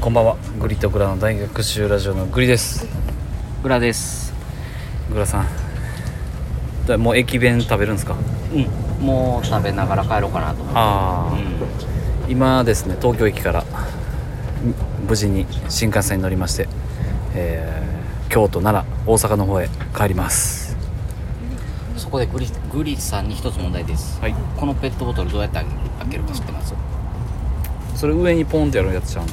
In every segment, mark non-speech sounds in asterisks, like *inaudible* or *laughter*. こんばんはグリとグラの大学習ラジオのグリです裏ですグラさんだもう駅弁食べるんですかうんもう食べながら帰ろうかなと思ってああ今ですね東京駅からん無事に新幹線に乗りまして、えー京都奈良大阪の方へ帰りますうんそこでグリグリさんに一つ問題です、はいこのペットボトルどうやって開け開けるか知ってますそれ上にポンってやるやつちゃうん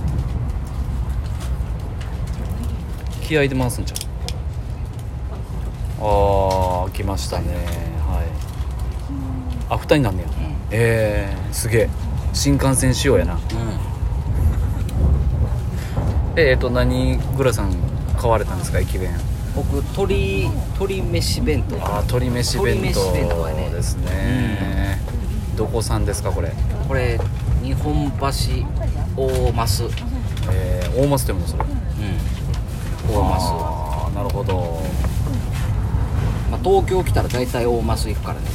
気合で回すんちゃうああ来ましたねはいあ蓋になんねやうん、うん、えー、すげえ新幹線仕様やなえっ、と何グラさん買われたんですか駅弁僕鶏鶏飯弁当ああ鶏飯弁鶏飯弁当当はねですねどこさんですかこれこれ日本橋大マスうんえー、大松でもそれ大マスあーなるほどまあ、東京来たら大体大マス行くからね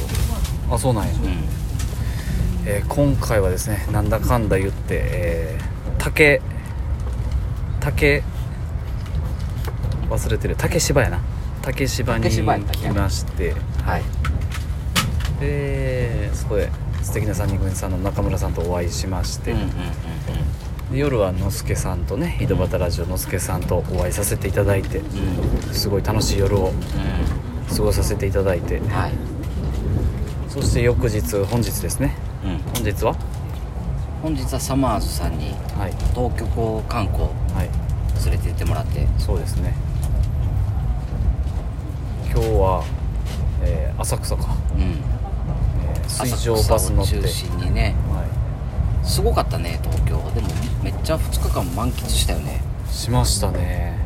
あそうなんや、僕うんえー今回はですねなんだかんだ言って、えー、竹竹忘れてる竹芝やな竹芝に竹芝やったっけ来ましてはいでそこで素敵な3人組さんの中村さんとお会いしまして、うんうんうんで夜はのすけさんとね井戸端ラジオのすけさんとお会いさせていただいてうんうんすごい楽しい夜をう過ごさせていただいてんはいそして翌日本日ですねうん本日は本日はサマーズさんにはい東京観光はい連れて行ってもらってそうですね今日は、えー浅草か、うんえー水上バス乗って浅草を中心にねはすごかったね東京でもめっちゃ2日間満喫したよねいしましたね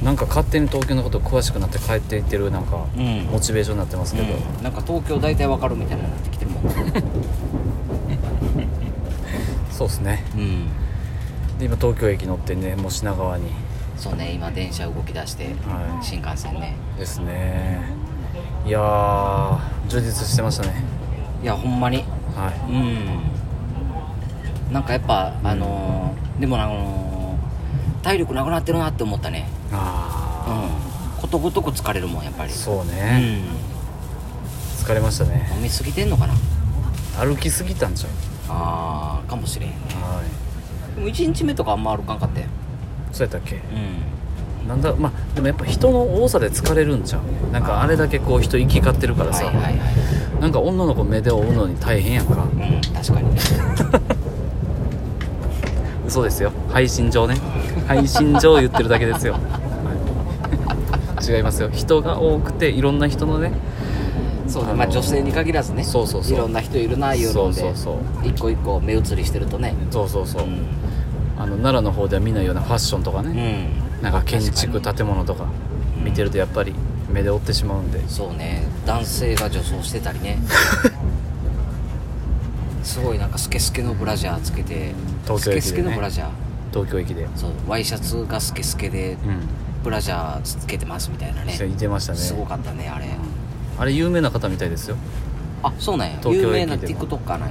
うんなんか勝手に東京のこと詳しくなって帰っていってるなんかうんモチベーションになってますけど、うんなんか東京大体わかるみたいになってきてるもんそうですねうんで今東京駅乗ってねもう品川にそうね今電車動き出して、はい新幹線ねですねいやー充実してましたねいやほんまにはうんなんかやっぱあのーでもあのー体力なくなってるなって思ったねいあうんことごとく疲れるもんやっぱりあそううね、ん疲れましたね飲みすぎてんのかな歩きすぎたんちゃあーかもしれへんうはいでも1日目とかあんま歩かんかったよそうやったっけうなんだまあでもやっぱ人の多さで疲れるんちゃうなんかあれだけこう人行き交ってるからんはいさ、はいはいなんか女の子目で追うのに大変やんかうん確かにね嘘ですよ配信 *laughs* 上ね配信上言ってるだけですよ、はい、違いますよ人が多くていろんな人のねそうあだのまあ女性に限らずねそうそうそうろんな人いるないうのでそうそう一個一個目移りしてるとねそうそうそう、うん、あの奈良の方では見ないようなファッションとかうね、ん、なんか建築確か建物とかうん見てるとやっぱり目で追ってしまうんでにそうね男性が女装して *laughs* たりねすごいなんかスケスケのブラジャーつけて東京駅でねスケスケのブラジャー東京駅でそうワイシャツがスケスケでうんブラジャーつけてますみたいなねいてましたすごねかったねあれあれ有名な方みたいですよ、あそうなんや東有京名駅でなも TikToker なんや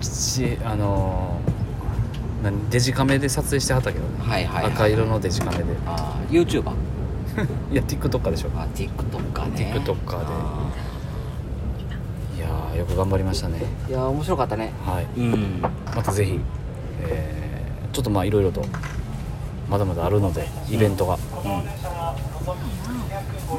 うん、しあのー何デジカメで撮影してはったけどね、はいはい、はい、赤色のデジカメであー YouTuber いや TikToker でしょあ TikToker ね TikToker であいやーよく頑張りましたねーいやー面白かったねはいうんまたぜひ、えーちょっとまあいろいろとまだまだあるのでイベントが、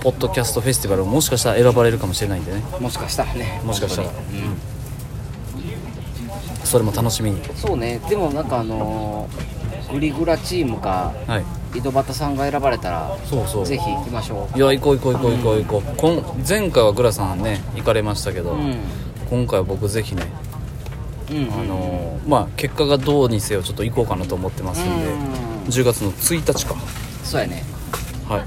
ポッドキャストフェスティバルももしかしたら選ばれるかもしれないんでねもしかしたらねもしかしたら本当にそれも楽しみにうんそうねでもなんかあのーグリグラチームかはい井戸端さんが選ばれたらそうそうぜひ行きましょいや行こう行こう行こう行こう行こうこん前回はグラさんね行かれましたけど、ううん今回は僕ぜひねうんあのーまあ結果がどうにせよちょっと行こうかなと思ってますんで、うん10月の1日かそうやねはい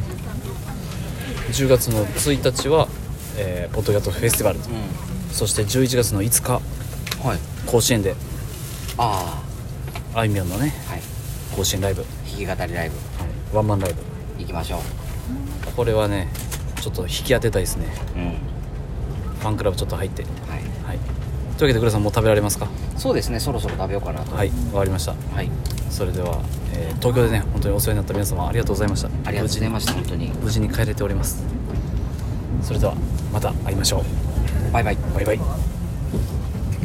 10月の1日は、えーポッドキャストフェスティバルうんそして11月の5日はい甲子園でああいみょんのねあはい甲子園ライブ、弾き語りライブワンマンライブ行きましょこれはねちょっと引き当てたいですねううんファンクラブちょっと入ってはいはいというわけでグラさんもう食べられますかそうですねそろそろ食べようかなとはいわかりましたはいそれでは、えー東京でね本当にお世話になった皆様ありがとうございましたありがとうございました本当に無事に無事に帰れておりますそれではまた会いましょうバイバイバイバイ